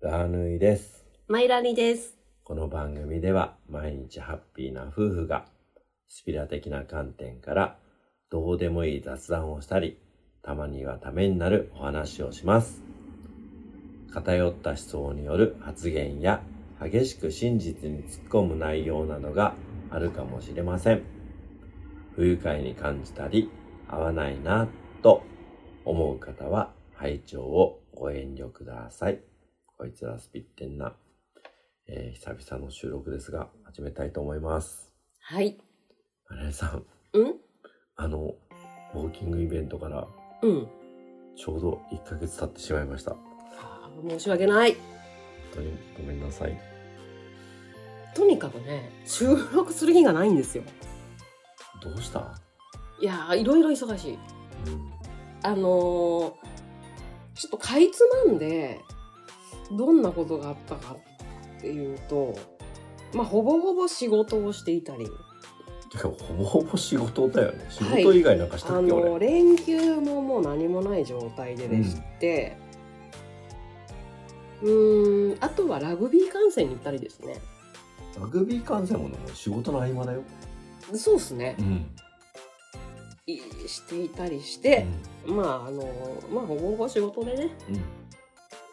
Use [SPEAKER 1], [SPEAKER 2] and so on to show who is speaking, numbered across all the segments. [SPEAKER 1] ラーヌイです。
[SPEAKER 2] マイラニです。
[SPEAKER 1] この番組では毎日ハッピーな夫婦がスピラ的な観点からどうでもいい雑談をしたり、たまにはためになるお話をします。偏った思想による発言や激しく真実に突っ込む内容などがあるかもしれません。不愉快に感じたり、合わないなと思う方は拝聴をご遠慮ください。こいつらスピってんな。えー久々の収録ですが、始めたいと思います。
[SPEAKER 2] はい。
[SPEAKER 1] マレーさん、
[SPEAKER 2] うん
[SPEAKER 1] あの、ウォーキングイベントから
[SPEAKER 2] うん。
[SPEAKER 1] ちょうど1ヶ月経ってしまいました。本
[SPEAKER 2] あー申し訳ない。
[SPEAKER 1] 当にごめんなさい。
[SPEAKER 2] とにかくね、収録する日がないんですよ。
[SPEAKER 1] どうした
[SPEAKER 2] いやー、いろいろ忙しい。
[SPEAKER 1] うん。
[SPEAKER 2] あのー、ちょっとかいつまんで、どんなことがあったかっていうと、まあ、ほぼほぼ仕事をしていたり、
[SPEAKER 1] てか、ほぼほぼ仕事だよね。仕
[SPEAKER 2] はい
[SPEAKER 1] 事以外なんかし
[SPEAKER 2] あ
[SPEAKER 1] たっ
[SPEAKER 2] の
[SPEAKER 1] け、
[SPEAKER 2] ー
[SPEAKER 1] 俺。
[SPEAKER 2] 連休ももう何もない状態ででして、うーん、あとはラグビー観戦に行ったりですね。
[SPEAKER 1] ラグビー観戦もでも仕事の合間だよ。
[SPEAKER 2] そうですね
[SPEAKER 1] う。ん。
[SPEAKER 2] いしていたりし
[SPEAKER 1] う
[SPEAKER 2] て、
[SPEAKER 1] ん。
[SPEAKER 2] まああのまあほぼほぼ仕事でね
[SPEAKER 1] うん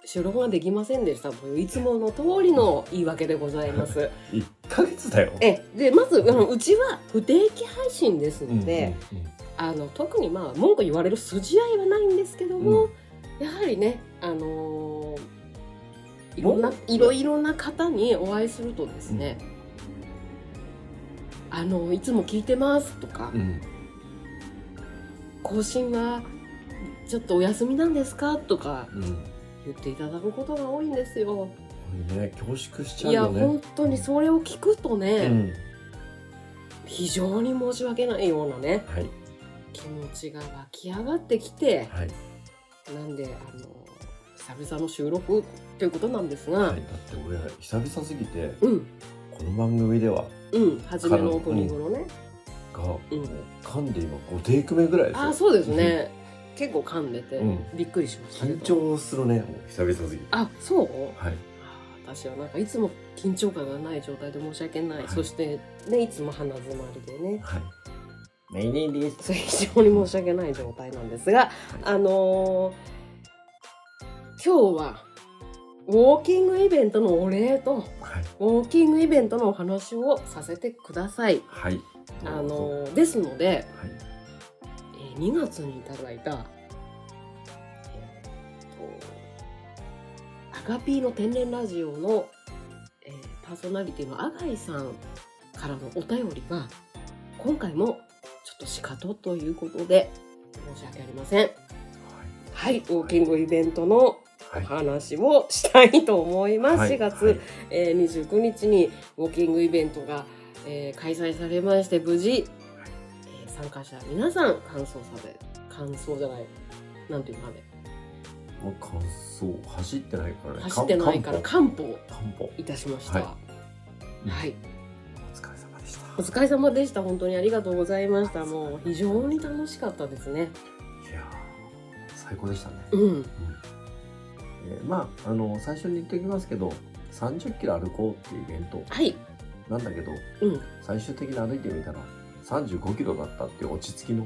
[SPEAKER 2] 収録ができませんでしたといういつもの通りの言い訳でございます
[SPEAKER 1] 1ヶ月だよ。
[SPEAKER 2] えでまずあのうちは不定期配信です
[SPEAKER 1] うん、
[SPEAKER 2] ので、
[SPEAKER 1] うん、うん
[SPEAKER 2] あの特にまあ文句言われる筋合いはないんですけども、やはりねあのーいろんな
[SPEAKER 1] もう
[SPEAKER 2] いろいろな方にお会いするとですね、あのいつも聞いてますとか、
[SPEAKER 1] うん。
[SPEAKER 2] 更新はちょっとお休みなんですかとか
[SPEAKER 1] うん。
[SPEAKER 2] 言っていただくことが多いんですよ。
[SPEAKER 1] これね、恐縮しちゃ
[SPEAKER 2] いうや
[SPEAKER 1] よね
[SPEAKER 2] 本。当にそれを聞くとね、
[SPEAKER 1] うん。
[SPEAKER 2] 非常に申し訳ないようなね
[SPEAKER 1] はい。
[SPEAKER 2] 気持ちが湧き上がってきて
[SPEAKER 1] はい。
[SPEAKER 2] なんであの久々の収録ということなんですが、
[SPEAKER 1] はい、だって俺、久々すぎて、
[SPEAKER 2] うん
[SPEAKER 1] この番組では、
[SPEAKER 2] うん初めのオープニングのね、
[SPEAKER 1] が、
[SPEAKER 2] うん
[SPEAKER 1] 噛んで今5テイク目ぐらいですよ
[SPEAKER 2] ああそうですね、結構噛んでて、
[SPEAKER 1] うん
[SPEAKER 2] びっくりしましたけ
[SPEAKER 1] 緊
[SPEAKER 2] ど
[SPEAKER 1] 張するねもう久々すぎて
[SPEAKER 2] あそう
[SPEAKER 1] はい
[SPEAKER 2] あー私はなんかいつも緊張感がない状態で申し訳ない、
[SPEAKER 1] はい
[SPEAKER 2] そしてねいつも鼻詰まりでね
[SPEAKER 1] はいメイニーです
[SPEAKER 2] それ非常に申し訳ない状態なんですが、あのー今日はウォーキングイベントのお礼と
[SPEAKER 1] はい
[SPEAKER 2] ウォーキングイベントのお話をさせてください。
[SPEAKER 1] はい
[SPEAKER 2] あ
[SPEAKER 1] どうぞ
[SPEAKER 2] のーですので、
[SPEAKER 1] はい
[SPEAKER 2] えー2月にいただいた、えーとアガピーの天然ラジオの、えーパーソナリティのアガイさんからのお便りが今回もちょっとしかとということで申し訳ありません。はい、ウォーキングイベントのお
[SPEAKER 1] はいはい
[SPEAKER 2] 話をしたいと思います。4月、
[SPEAKER 1] はい
[SPEAKER 2] えー29日にウォーキングイベントが、えー開催されまして無事、えー参加者皆さん感想され感想じゃないなんていうのあれ
[SPEAKER 1] もう感想走ってないからね
[SPEAKER 2] 走ってないから
[SPEAKER 1] かん
[SPEAKER 2] 漢方
[SPEAKER 1] かんぽ
[SPEAKER 2] いたしました。
[SPEAKER 1] は
[SPEAKER 2] はい、
[SPEAKER 1] お疲れ様でした
[SPEAKER 2] お疲れ様でした。本当にありがとうございました。もう非常に楽しかったですね。
[SPEAKER 1] いやー最高でしたね
[SPEAKER 2] うん、
[SPEAKER 1] えーまああの最初に言っておきますけど30キロ歩こうっていうイベント
[SPEAKER 2] はい、
[SPEAKER 1] なんだけど
[SPEAKER 2] うん、
[SPEAKER 1] 最終的に歩いてみたら35キロだったっていう落ち着きの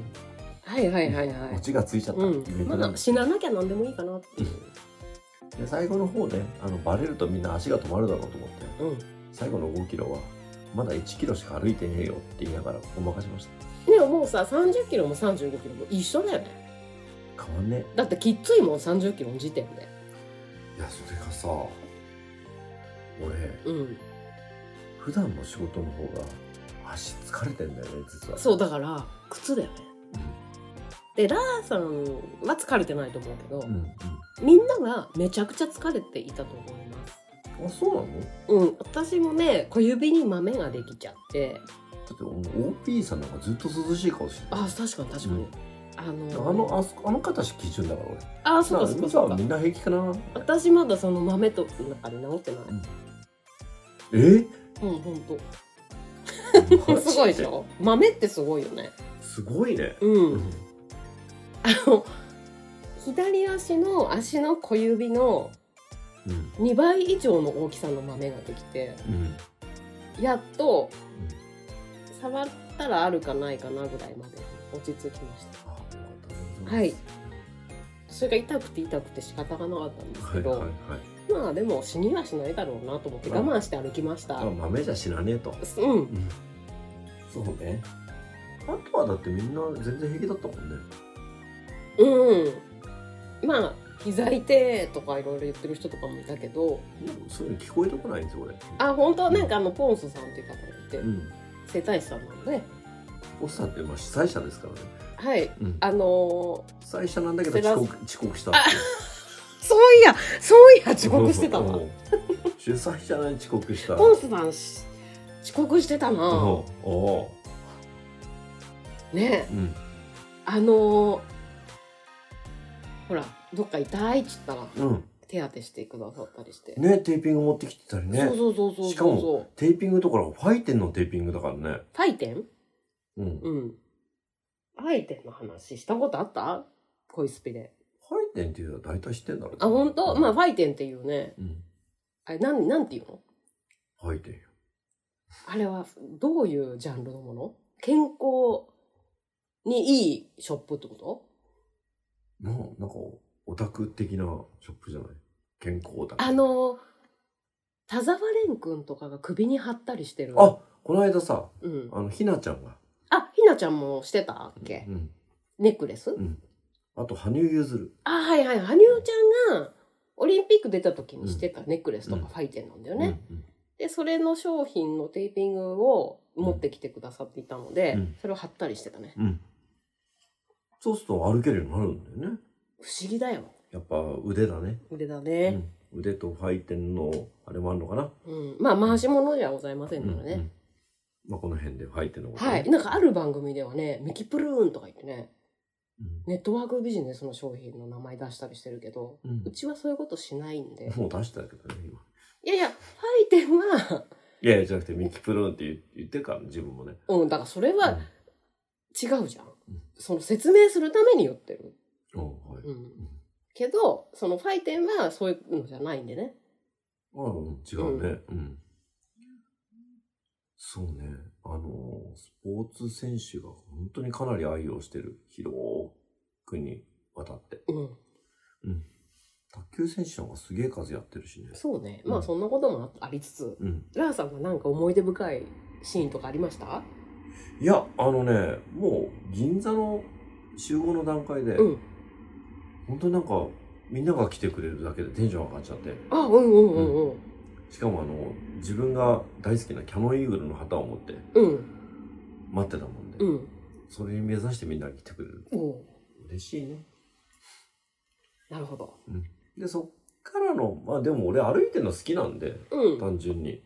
[SPEAKER 2] はいはいはいは
[SPEAKER 1] 落
[SPEAKER 2] い。
[SPEAKER 1] ちがついちゃったイベン
[SPEAKER 2] うん、
[SPEAKER 1] ト
[SPEAKER 2] ま
[SPEAKER 1] なん
[SPEAKER 2] だ
[SPEAKER 1] です
[SPEAKER 2] 死ななきゃ何でもいいかなっていう。
[SPEAKER 1] で最後の方ねあのバレるとみんな足が止まるだろうと思って
[SPEAKER 2] うん。
[SPEAKER 1] 最後の5キロはまだ1キロしか歩いてねえよって言いながらごまかしまし
[SPEAKER 2] でももうさ30キロも35キロも一緒だよね
[SPEAKER 1] た変わんね
[SPEAKER 2] だってきっついもん30キロの時点で
[SPEAKER 1] いやそれがさ俺
[SPEAKER 2] うん
[SPEAKER 1] 普段の仕事の方が足疲れてんだよね実は
[SPEAKER 2] そうだから靴だよねでラーさんは疲れてないと思うけど、
[SPEAKER 1] うん、うん
[SPEAKER 2] みんながめちゃくちゃ疲れていたと思います
[SPEAKER 1] うんあそうなのだ
[SPEAKER 2] うん私もね小指に豆ができちゃって
[SPEAKER 1] って俺 OP さんなんかずっと涼しい顔してた
[SPEAKER 2] あ確かに確かに、
[SPEAKER 1] うん
[SPEAKER 2] あ
[SPEAKER 1] あ
[SPEAKER 2] の
[SPEAKER 1] のあそあの方し基準だから俺
[SPEAKER 2] あそうかそうか
[SPEAKER 1] さ
[SPEAKER 2] そうか
[SPEAKER 1] みんな平気かな
[SPEAKER 2] 私まだその豆となんかね治ってない
[SPEAKER 1] え
[SPEAKER 2] うんほんと すごいでしょ豆ってすごいよね
[SPEAKER 1] すごいね
[SPEAKER 2] うんあの左足の足の小指の
[SPEAKER 1] うん
[SPEAKER 2] 2倍以上の大きさの豆ができて
[SPEAKER 1] うん
[SPEAKER 2] やっと触ったらあるかないかなぐらいまで落ち着きました
[SPEAKER 1] あよかったです
[SPEAKER 2] はいそれが痛くて痛くて仕方がなかったんです
[SPEAKER 1] は
[SPEAKER 2] け
[SPEAKER 1] い
[SPEAKER 2] ど、
[SPEAKER 1] はいはい
[SPEAKER 2] まあでも死にはしないだろうなと思って我慢して歩きました、
[SPEAKER 1] あ豆じゃ死なねえと
[SPEAKER 2] うん
[SPEAKER 1] そうねあとはだってみんな全然平気だったもんね
[SPEAKER 2] うんまあ膝痛えとかいろいろ言ってる人とかもいたけ
[SPEAKER 1] で
[SPEAKER 2] ど
[SPEAKER 1] もそういうの聞こえてこないんですよ俺
[SPEAKER 2] あ本当はなんかあのポンソさんっていう方がいて
[SPEAKER 1] うん
[SPEAKER 2] 整体師さんなので
[SPEAKER 1] おっさんってまあ主催者ですからね、
[SPEAKER 2] はい
[SPEAKER 1] うん、
[SPEAKER 2] あのー
[SPEAKER 1] 主催者なんだけど遅刻遅刻したっていう
[SPEAKER 2] そういやそういや遅刻してたわ
[SPEAKER 1] うん主催者なのに遅刻した
[SPEAKER 2] ポンソさんし遅刻してた
[SPEAKER 1] うん
[SPEAKER 2] な
[SPEAKER 1] お
[SPEAKER 2] ね
[SPEAKER 1] ううん
[SPEAKER 2] あのーほらどっか痛いっつったら
[SPEAKER 1] うん
[SPEAKER 2] 手当てしてくださったりして、
[SPEAKER 1] ねテーピング持ってきてたりね
[SPEAKER 2] そうそうそうそう
[SPEAKER 1] しかも
[SPEAKER 2] そう
[SPEAKER 1] テーピングとかファイテンのテーピングだからね
[SPEAKER 2] ファイテン
[SPEAKER 1] うん、
[SPEAKER 2] うんファイテンの話したことあった恋スピで
[SPEAKER 1] ファイテンっていうのは大体知ってんだろう
[SPEAKER 2] あ本当まあフ
[SPEAKER 1] ァイ
[SPEAKER 2] ァイテンっていうね
[SPEAKER 1] うん
[SPEAKER 2] あれなんなんていうの
[SPEAKER 1] ファイテンよ
[SPEAKER 2] あれはどういうジャンルのもの健康にいいショップってこと
[SPEAKER 1] ななんかオタク的なショップじゃない健康オタク
[SPEAKER 2] あの田沢蓮くんとかが首に貼ったりしてる
[SPEAKER 1] あこの間さ
[SPEAKER 2] うん、
[SPEAKER 1] あのひなちゃんが
[SPEAKER 2] あひなちゃんもしてたっけ、
[SPEAKER 1] うん、
[SPEAKER 2] ネックレス、
[SPEAKER 1] うん、あと羽生結弦
[SPEAKER 2] あはいはい羽生ちゃんがオリンピック出た時にしてたネックレスと
[SPEAKER 1] うん
[SPEAKER 2] かファイテンなんだよね、
[SPEAKER 1] うん
[SPEAKER 2] でそれの商品のテーピングを持ってきてくださっていたので、
[SPEAKER 1] うん
[SPEAKER 2] それを貼ったりしてたね
[SPEAKER 1] うんうんそうすると歩けるようになるんだよね
[SPEAKER 2] 不思議だよ
[SPEAKER 1] やっぱ腕だね、
[SPEAKER 2] 腕だ
[SPEAKER 1] う
[SPEAKER 2] ね、
[SPEAKER 1] ん、腕とファイテンのあれもあるのかな
[SPEAKER 2] うんまあ回し物じゃございませんからね、
[SPEAKER 1] うんうんまあ、この辺で入ってのことね
[SPEAKER 2] はい。なんかある番組ではね、ミキプルーンとか言ってね、
[SPEAKER 1] うん
[SPEAKER 2] ネットワークビジネスの商品の名前出したりしてるけど、
[SPEAKER 1] うん
[SPEAKER 2] うちはそういうことしないんで。
[SPEAKER 1] もう出したけどね今
[SPEAKER 2] いやいや、ファイテンは、
[SPEAKER 1] いやいやじゃなくてミキプロンって言う言ってるから自分もね、
[SPEAKER 2] うん、だからそれ
[SPEAKER 1] うん
[SPEAKER 2] は違うじゃん
[SPEAKER 1] ん。
[SPEAKER 2] その説明するために言ってる。
[SPEAKER 1] うんはい
[SPEAKER 2] うん。けど、そのファイテンはそういうのじゃないんでね。
[SPEAKER 1] あうん違うねうん、そうねあのースポーツ選手が本当にかなり愛用してる広くにわたって
[SPEAKER 2] うん。
[SPEAKER 1] 卓球選手の方がすげえ数やってるしね
[SPEAKER 2] そうね。まあそんなこともあありつつ、
[SPEAKER 1] うん
[SPEAKER 2] ラーさんはなんか思い出深いシーンとかありました
[SPEAKER 1] いやあのねもう銀座の集合の段階で、
[SPEAKER 2] うん。
[SPEAKER 1] 本当になんかみんなが来てくれるだけでテンション上がっちゃって
[SPEAKER 2] あ、うんうんうんうん。
[SPEAKER 1] しかもあの自分が大好きなキャノンイーグルの旗を持って
[SPEAKER 2] うん。
[SPEAKER 1] 待ってたもんで、
[SPEAKER 2] うん。
[SPEAKER 1] それに目指してみんな来てくれる
[SPEAKER 2] おう
[SPEAKER 1] 嬉しいね
[SPEAKER 2] なるほど。
[SPEAKER 1] でそっからのまあでも俺歩いてるの好きなんで
[SPEAKER 2] うん。
[SPEAKER 1] 単純に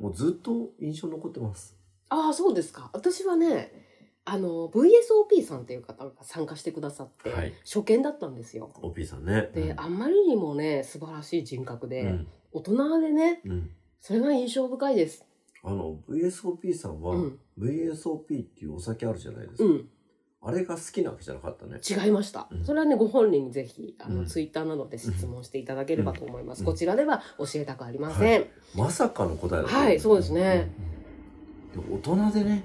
[SPEAKER 1] もうずっと印象残ってます
[SPEAKER 2] ああそうですか私はねあの VSOP さんっていう方が参加してくださって、
[SPEAKER 1] はい
[SPEAKER 2] 初見だったんですよ
[SPEAKER 1] OP さんね
[SPEAKER 2] で、
[SPEAKER 1] うん
[SPEAKER 2] あんまりにもね素晴らしい人格で、
[SPEAKER 1] うん
[SPEAKER 2] 大人でね
[SPEAKER 1] うん
[SPEAKER 2] それが印象深いです
[SPEAKER 1] あの VSOP さんは、
[SPEAKER 2] うん
[SPEAKER 1] VSOP っていうお酒あるじゃないですか、
[SPEAKER 2] うん
[SPEAKER 1] あれが好きなわけじゃなかったね
[SPEAKER 2] 違いました、
[SPEAKER 1] うん
[SPEAKER 2] それはねご本人にぜひあの、
[SPEAKER 1] うん
[SPEAKER 2] ツイッターなどで質問していただければと思います、
[SPEAKER 1] うん
[SPEAKER 2] こちらでは教えたくありません、い、
[SPEAKER 1] まさかの答えだった
[SPEAKER 2] はいそうですね、
[SPEAKER 1] うんうんで大人でね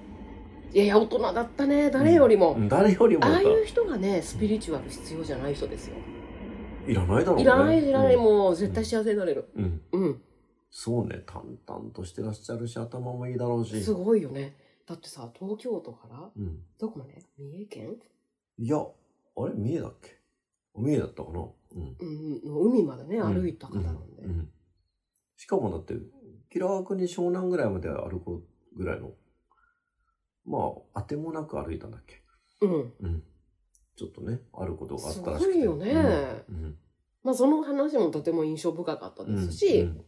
[SPEAKER 2] やいや大人だったね誰よりも、
[SPEAKER 1] うん誰よりも
[SPEAKER 2] あ
[SPEAKER 1] だ
[SPEAKER 2] あ
[SPEAKER 1] っ
[SPEAKER 2] いう人がねスピリチュアル必要じゃない人ですよ、
[SPEAKER 1] たいらないだろうね
[SPEAKER 2] いらないいらない、
[SPEAKER 1] うん
[SPEAKER 2] もう絶対幸せになれる
[SPEAKER 1] うん
[SPEAKER 2] うん
[SPEAKER 1] そうね淡々としてらっしゃるし頭もいいだろうし
[SPEAKER 2] すごいよね。だってさ、東京都から、
[SPEAKER 1] うん、
[SPEAKER 2] どこまで三重県、
[SPEAKER 1] いやあれ三重だっけ三重だったかな、うん、
[SPEAKER 2] うん、の海までね、歩いた方なんで。
[SPEAKER 1] うんうんしかもだって気楽に湘南ぐらいまで歩こうぐらいのまあ当てもなく歩いたんだっけ
[SPEAKER 2] うん。
[SPEAKER 1] うんちょっとねあることがあったらし
[SPEAKER 2] す
[SPEAKER 1] く
[SPEAKER 2] ご
[SPEAKER 1] て
[SPEAKER 2] いよね
[SPEAKER 1] うんうん
[SPEAKER 2] まあ、その話もとても印象深かったですし、
[SPEAKER 1] うん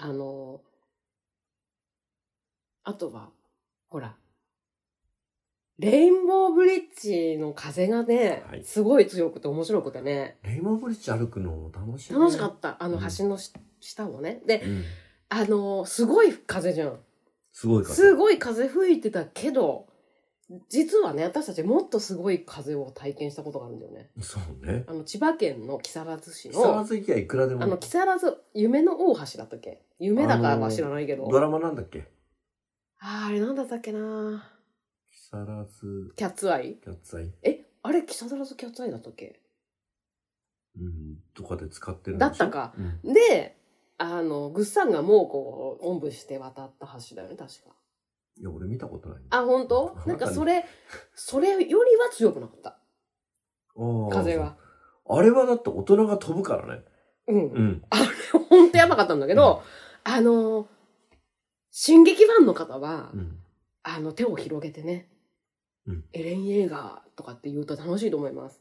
[SPEAKER 2] あの、あとは、ほら、レインボーブリッジの風がね、
[SPEAKER 1] はい
[SPEAKER 2] すごい強くて面白くてね、
[SPEAKER 1] レイマンブリッジ歩くのも楽しいね、
[SPEAKER 2] 楽しかった。あの
[SPEAKER 1] うん
[SPEAKER 2] 橋のし下をね。で、
[SPEAKER 1] うん
[SPEAKER 2] あの、すごい風じゃん。
[SPEAKER 1] すごいか
[SPEAKER 2] すごい風吹いてたけど、実はね、私たちもっとすごい風を体験したことがあるんだよね。
[SPEAKER 1] そうね。
[SPEAKER 2] あの、千葉県の木更津市
[SPEAKER 1] 木
[SPEAKER 2] の、
[SPEAKER 1] 更津行きゃいくらで
[SPEAKER 2] あの、
[SPEAKER 1] も。
[SPEAKER 2] 木更津、夢の大橋だったっけ夢だからは知らないけど。
[SPEAKER 1] ドラマなんだっけ
[SPEAKER 2] あーあれなんだったっけな
[SPEAKER 1] 木更津
[SPEAKER 2] キャッツアイ
[SPEAKER 1] キャッツアイ、
[SPEAKER 2] え、あれ木更津キャッツアイだったっけ
[SPEAKER 1] うん、とかで使ってるんでし
[SPEAKER 2] だ
[SPEAKER 1] ょ
[SPEAKER 2] った。か。
[SPEAKER 1] うん
[SPEAKER 2] で、あの、ぐっさんがもうこう、おんぶして渡った橋だよね、確か。
[SPEAKER 1] いや、俺見たことないね。
[SPEAKER 2] あ、本当
[SPEAKER 1] あ
[SPEAKER 2] なんかそれ、それよりは強くなかった。
[SPEAKER 1] あー
[SPEAKER 2] 風が。
[SPEAKER 1] あれはだって大人が飛ぶからね。
[SPEAKER 2] うん。
[SPEAKER 1] うん。
[SPEAKER 2] 本当やばかったんだけど、あのー、進撃ファンの方は、
[SPEAKER 1] うん。
[SPEAKER 2] あの、手を広げてね、
[SPEAKER 1] うん
[SPEAKER 2] エレン・イェーガーとかって言うと楽しいと思います。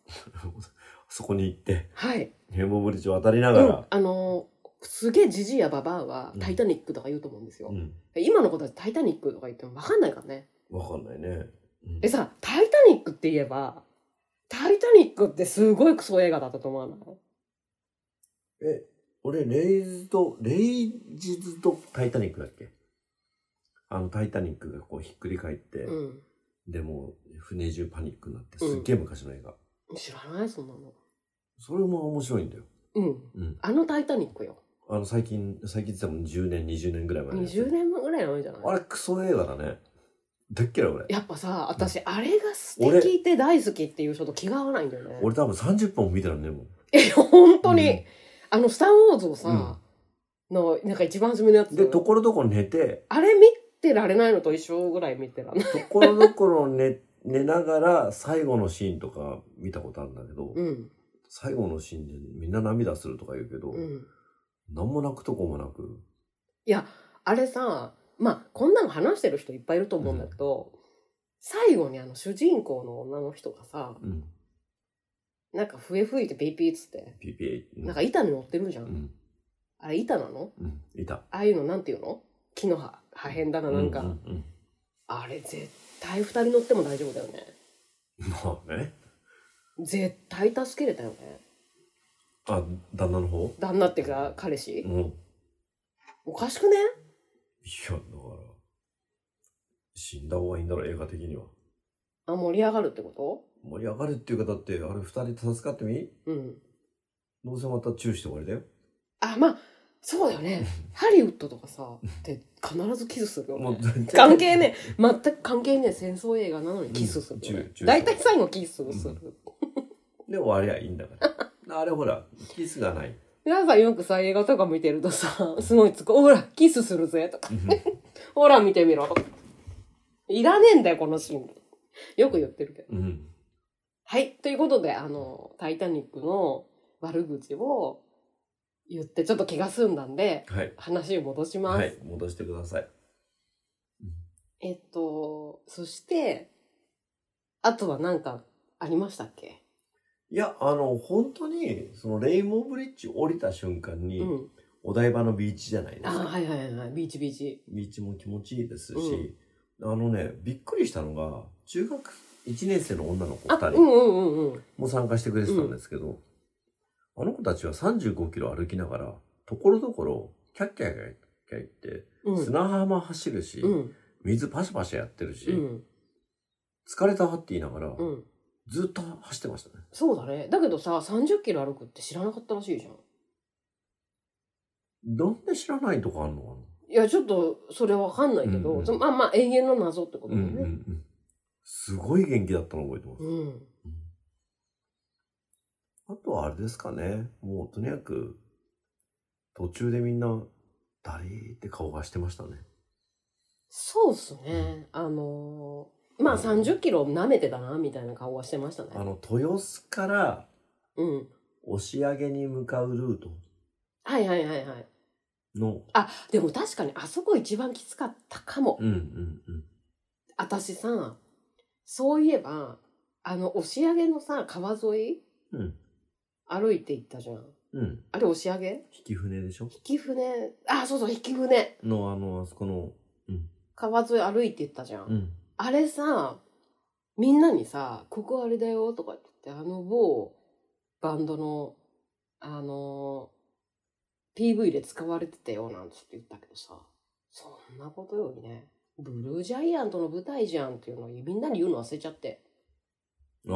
[SPEAKER 1] そこに行って、
[SPEAKER 2] はい。
[SPEAKER 1] ヘモブリッジ渡りな
[SPEAKER 2] う
[SPEAKER 1] が
[SPEAKER 2] ん
[SPEAKER 1] ら。、
[SPEAKER 2] あのー、すげえジジイやババアは
[SPEAKER 1] う、ん
[SPEAKER 2] タイタニックとか言うと思うんですよ。
[SPEAKER 1] うん。
[SPEAKER 2] 今の子たちタイタニックとか言ってもわかんないからね。
[SPEAKER 1] わかんないね。うん
[SPEAKER 2] えさ、タイタニックって言えば、タイタニックってすごいクソ映画だったと思わない
[SPEAKER 1] え、俺、レイズと、レイジズとタイタニックだっけあの、タイタニックがこうひっくり返って、
[SPEAKER 2] うん。
[SPEAKER 1] でもう船中パニックになって、
[SPEAKER 2] うん
[SPEAKER 1] すっげえ昔の映画。
[SPEAKER 2] 知らないそんなの。
[SPEAKER 1] それも面白いんだよ。
[SPEAKER 2] うん。
[SPEAKER 1] うん。
[SPEAKER 2] あのタイタニックよ。
[SPEAKER 1] あの、最近、最近って言っても10年、20年ぐらい前のやつ
[SPEAKER 2] 20年ぐらい前じゃない
[SPEAKER 1] あれ、クソ映画だね。だっけな、俺。
[SPEAKER 2] やっぱさ私あれが素敵で大好きっていう人と気が合わないんだよね
[SPEAKER 1] 俺多分30本も見てらんねえもん。
[SPEAKER 2] え本当に、
[SPEAKER 1] うん
[SPEAKER 2] あの「スター・ウォーズ」をさ、のなんか一番初めのやつ
[SPEAKER 1] で、ところどころ寝て、
[SPEAKER 2] あれ見てられないのと一緒ぐらい見てられない
[SPEAKER 1] ところどころ寝、寝ながら最後のシーンとか見たことあるんだけど、
[SPEAKER 2] うん
[SPEAKER 1] 最後のシーンでみんな涙するとか言うけど、
[SPEAKER 2] うん
[SPEAKER 1] 何も泣くとこもなく、
[SPEAKER 2] いやあれさまあこんなの話してる人いっぱいいると思うんだけど、最後にあの主人公の女の人がさ
[SPEAKER 1] うん、
[SPEAKER 2] なんか笛吹いてピーピーっつって
[SPEAKER 1] ピーピー。
[SPEAKER 2] なんか板に乗ってるじゃん、
[SPEAKER 1] うん、
[SPEAKER 2] あれ板なの
[SPEAKER 1] うん、いた。
[SPEAKER 2] ああいうのなんていうの木の葉破片だななんか、
[SPEAKER 1] ううん
[SPEAKER 2] あれ絶対二人乗っても大丈夫だよね
[SPEAKER 1] うんまあね。
[SPEAKER 2] 絶対助けれたよね
[SPEAKER 1] あ、旦那の方
[SPEAKER 2] 旦那っていうか彼氏、
[SPEAKER 1] うん。いや、だか
[SPEAKER 2] おかしくね
[SPEAKER 1] ら、死んだ方がいいんだろ、映画的には。
[SPEAKER 2] あ盛り上がるってこ
[SPEAKER 1] 盛り上がるっていうか、だって、あれ二人助かってみ
[SPEAKER 2] とうん
[SPEAKER 1] どうせまたチューして終わりだよ。
[SPEAKER 2] あまあそうだよ ねハリウッドとかさって必ずキスするよ
[SPEAKER 1] も
[SPEAKER 2] ね
[SPEAKER 1] う全然
[SPEAKER 2] 関係ねえ全く関係ねえ戦争映画なのにキスするよ
[SPEAKER 1] う
[SPEAKER 2] ね
[SPEAKER 1] ん中中
[SPEAKER 2] 大体、最後キスする、
[SPEAKER 1] で終わりゃいいんだ から。あれほら、キスがない。
[SPEAKER 2] 皆さんよくさ映画とか見てるとさすごいつくほらキスするぜとかほら見てみろとかいらねえんだよこのシーンよく言ってるけど
[SPEAKER 1] うん。
[SPEAKER 2] はい。ということで、あの、タイタニックの悪口を言って、ちょっと気が済んだんで、
[SPEAKER 1] はい。
[SPEAKER 2] 話を戻します。
[SPEAKER 1] はい。戻してください。
[SPEAKER 2] えっと、そして、あとは何かありましたっけ
[SPEAKER 1] いや、あの、本当に、そのレインボーブリッジ降りた瞬間に、
[SPEAKER 2] うん。
[SPEAKER 1] お台場のビーチじゃないです
[SPEAKER 2] あ、
[SPEAKER 1] か。
[SPEAKER 2] はいはいはい。ビーチビーチ。
[SPEAKER 1] ビーチも気持ちいいですし、あのね、びっくりしたのが、中学1年生の女の子
[SPEAKER 2] あ、
[SPEAKER 1] 2
[SPEAKER 2] うん
[SPEAKER 1] 人
[SPEAKER 2] うんうんうん。
[SPEAKER 1] も参加してくれてたんですけど、あの子たちは35キロ歩きながら、ところどころ、キャッキャッキャッキャッ
[SPEAKER 2] う
[SPEAKER 1] 言って、
[SPEAKER 2] ん。
[SPEAKER 1] 砂浜走るし、
[SPEAKER 2] うん。
[SPEAKER 1] 水パシャパシャやってるし、
[SPEAKER 2] うん。
[SPEAKER 1] 疲れたって言いながら、
[SPEAKER 2] うん。
[SPEAKER 1] ずっと走ってましたね。
[SPEAKER 2] そうだね。だけどさ、30キロ歩くって知らなかったらしいじゃん。
[SPEAKER 1] なんで知らないとかあんのか
[SPEAKER 2] いや、ちょっと、それわかんないけど、
[SPEAKER 1] うんうん
[SPEAKER 2] そまあまあ、永遠の謎ってこと
[SPEAKER 1] な、
[SPEAKER 2] だ
[SPEAKER 1] うん
[SPEAKER 2] よ
[SPEAKER 1] うん
[SPEAKER 2] ね。
[SPEAKER 1] うんすごい元気だったの覚えてます。
[SPEAKER 2] うん。
[SPEAKER 1] あとはあれですかね。もうとにかく、途中でみんな、だりーって顔がしてましたね。
[SPEAKER 2] そうっすね。あのーまあ30キロ舐めてたな、みたいな顔はしてましたね。
[SPEAKER 1] あの、豊洲から
[SPEAKER 2] うん。
[SPEAKER 1] 押上に向かうルート
[SPEAKER 2] はいはいはいはい。
[SPEAKER 1] の、
[SPEAKER 2] あ、でも確かにあそこ一番きつかったかも。
[SPEAKER 1] うんうんうん。
[SPEAKER 2] 私さ、そういえば、あの、押上のさ、川沿い
[SPEAKER 1] うん
[SPEAKER 2] 歩いて行ったじゃん。
[SPEAKER 1] うん。
[SPEAKER 2] あれ押上
[SPEAKER 1] 引き船でしょ
[SPEAKER 2] 引き船、あ、そうそう、引き船。
[SPEAKER 1] の、あの、あそこの、
[SPEAKER 2] 川沿い歩いて行ったじゃん。
[SPEAKER 1] うん。
[SPEAKER 2] あれさ、みんなにさ、ここあれだよとか言って、あの某バンドの、あのー PV で使われてたよなんつって言ったけどさ、そんなことよりね、ブルージャイアントの舞台じゃんっていうのをみんなに言うの忘れちゃって。
[SPEAKER 1] あー、
[SPEAKER 2] う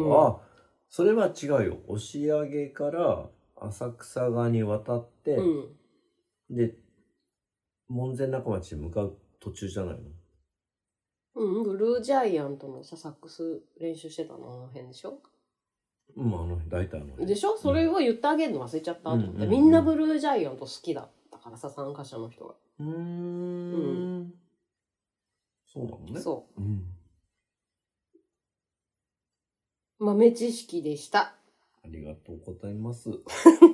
[SPEAKER 2] ん
[SPEAKER 1] あ、それは違うよ。押上から浅草側に渡って、
[SPEAKER 2] うん。
[SPEAKER 1] で、門前仲町に向かう途中じゃないの
[SPEAKER 2] うん、ブルージャイアントのさ、サックス練習してたのあの辺でしょ
[SPEAKER 1] うん、あの辺、大体あの辺。
[SPEAKER 2] でしょそれを言ってあげるの忘れちゃったと思って、
[SPEAKER 1] うんうんうん
[SPEAKER 2] みんなブルージャイアント好きだったからさ、参加者の人が。
[SPEAKER 1] うーん。そうなのね。
[SPEAKER 2] そ
[SPEAKER 1] うん。
[SPEAKER 2] う。豆知識でした。
[SPEAKER 1] ありがとうございます。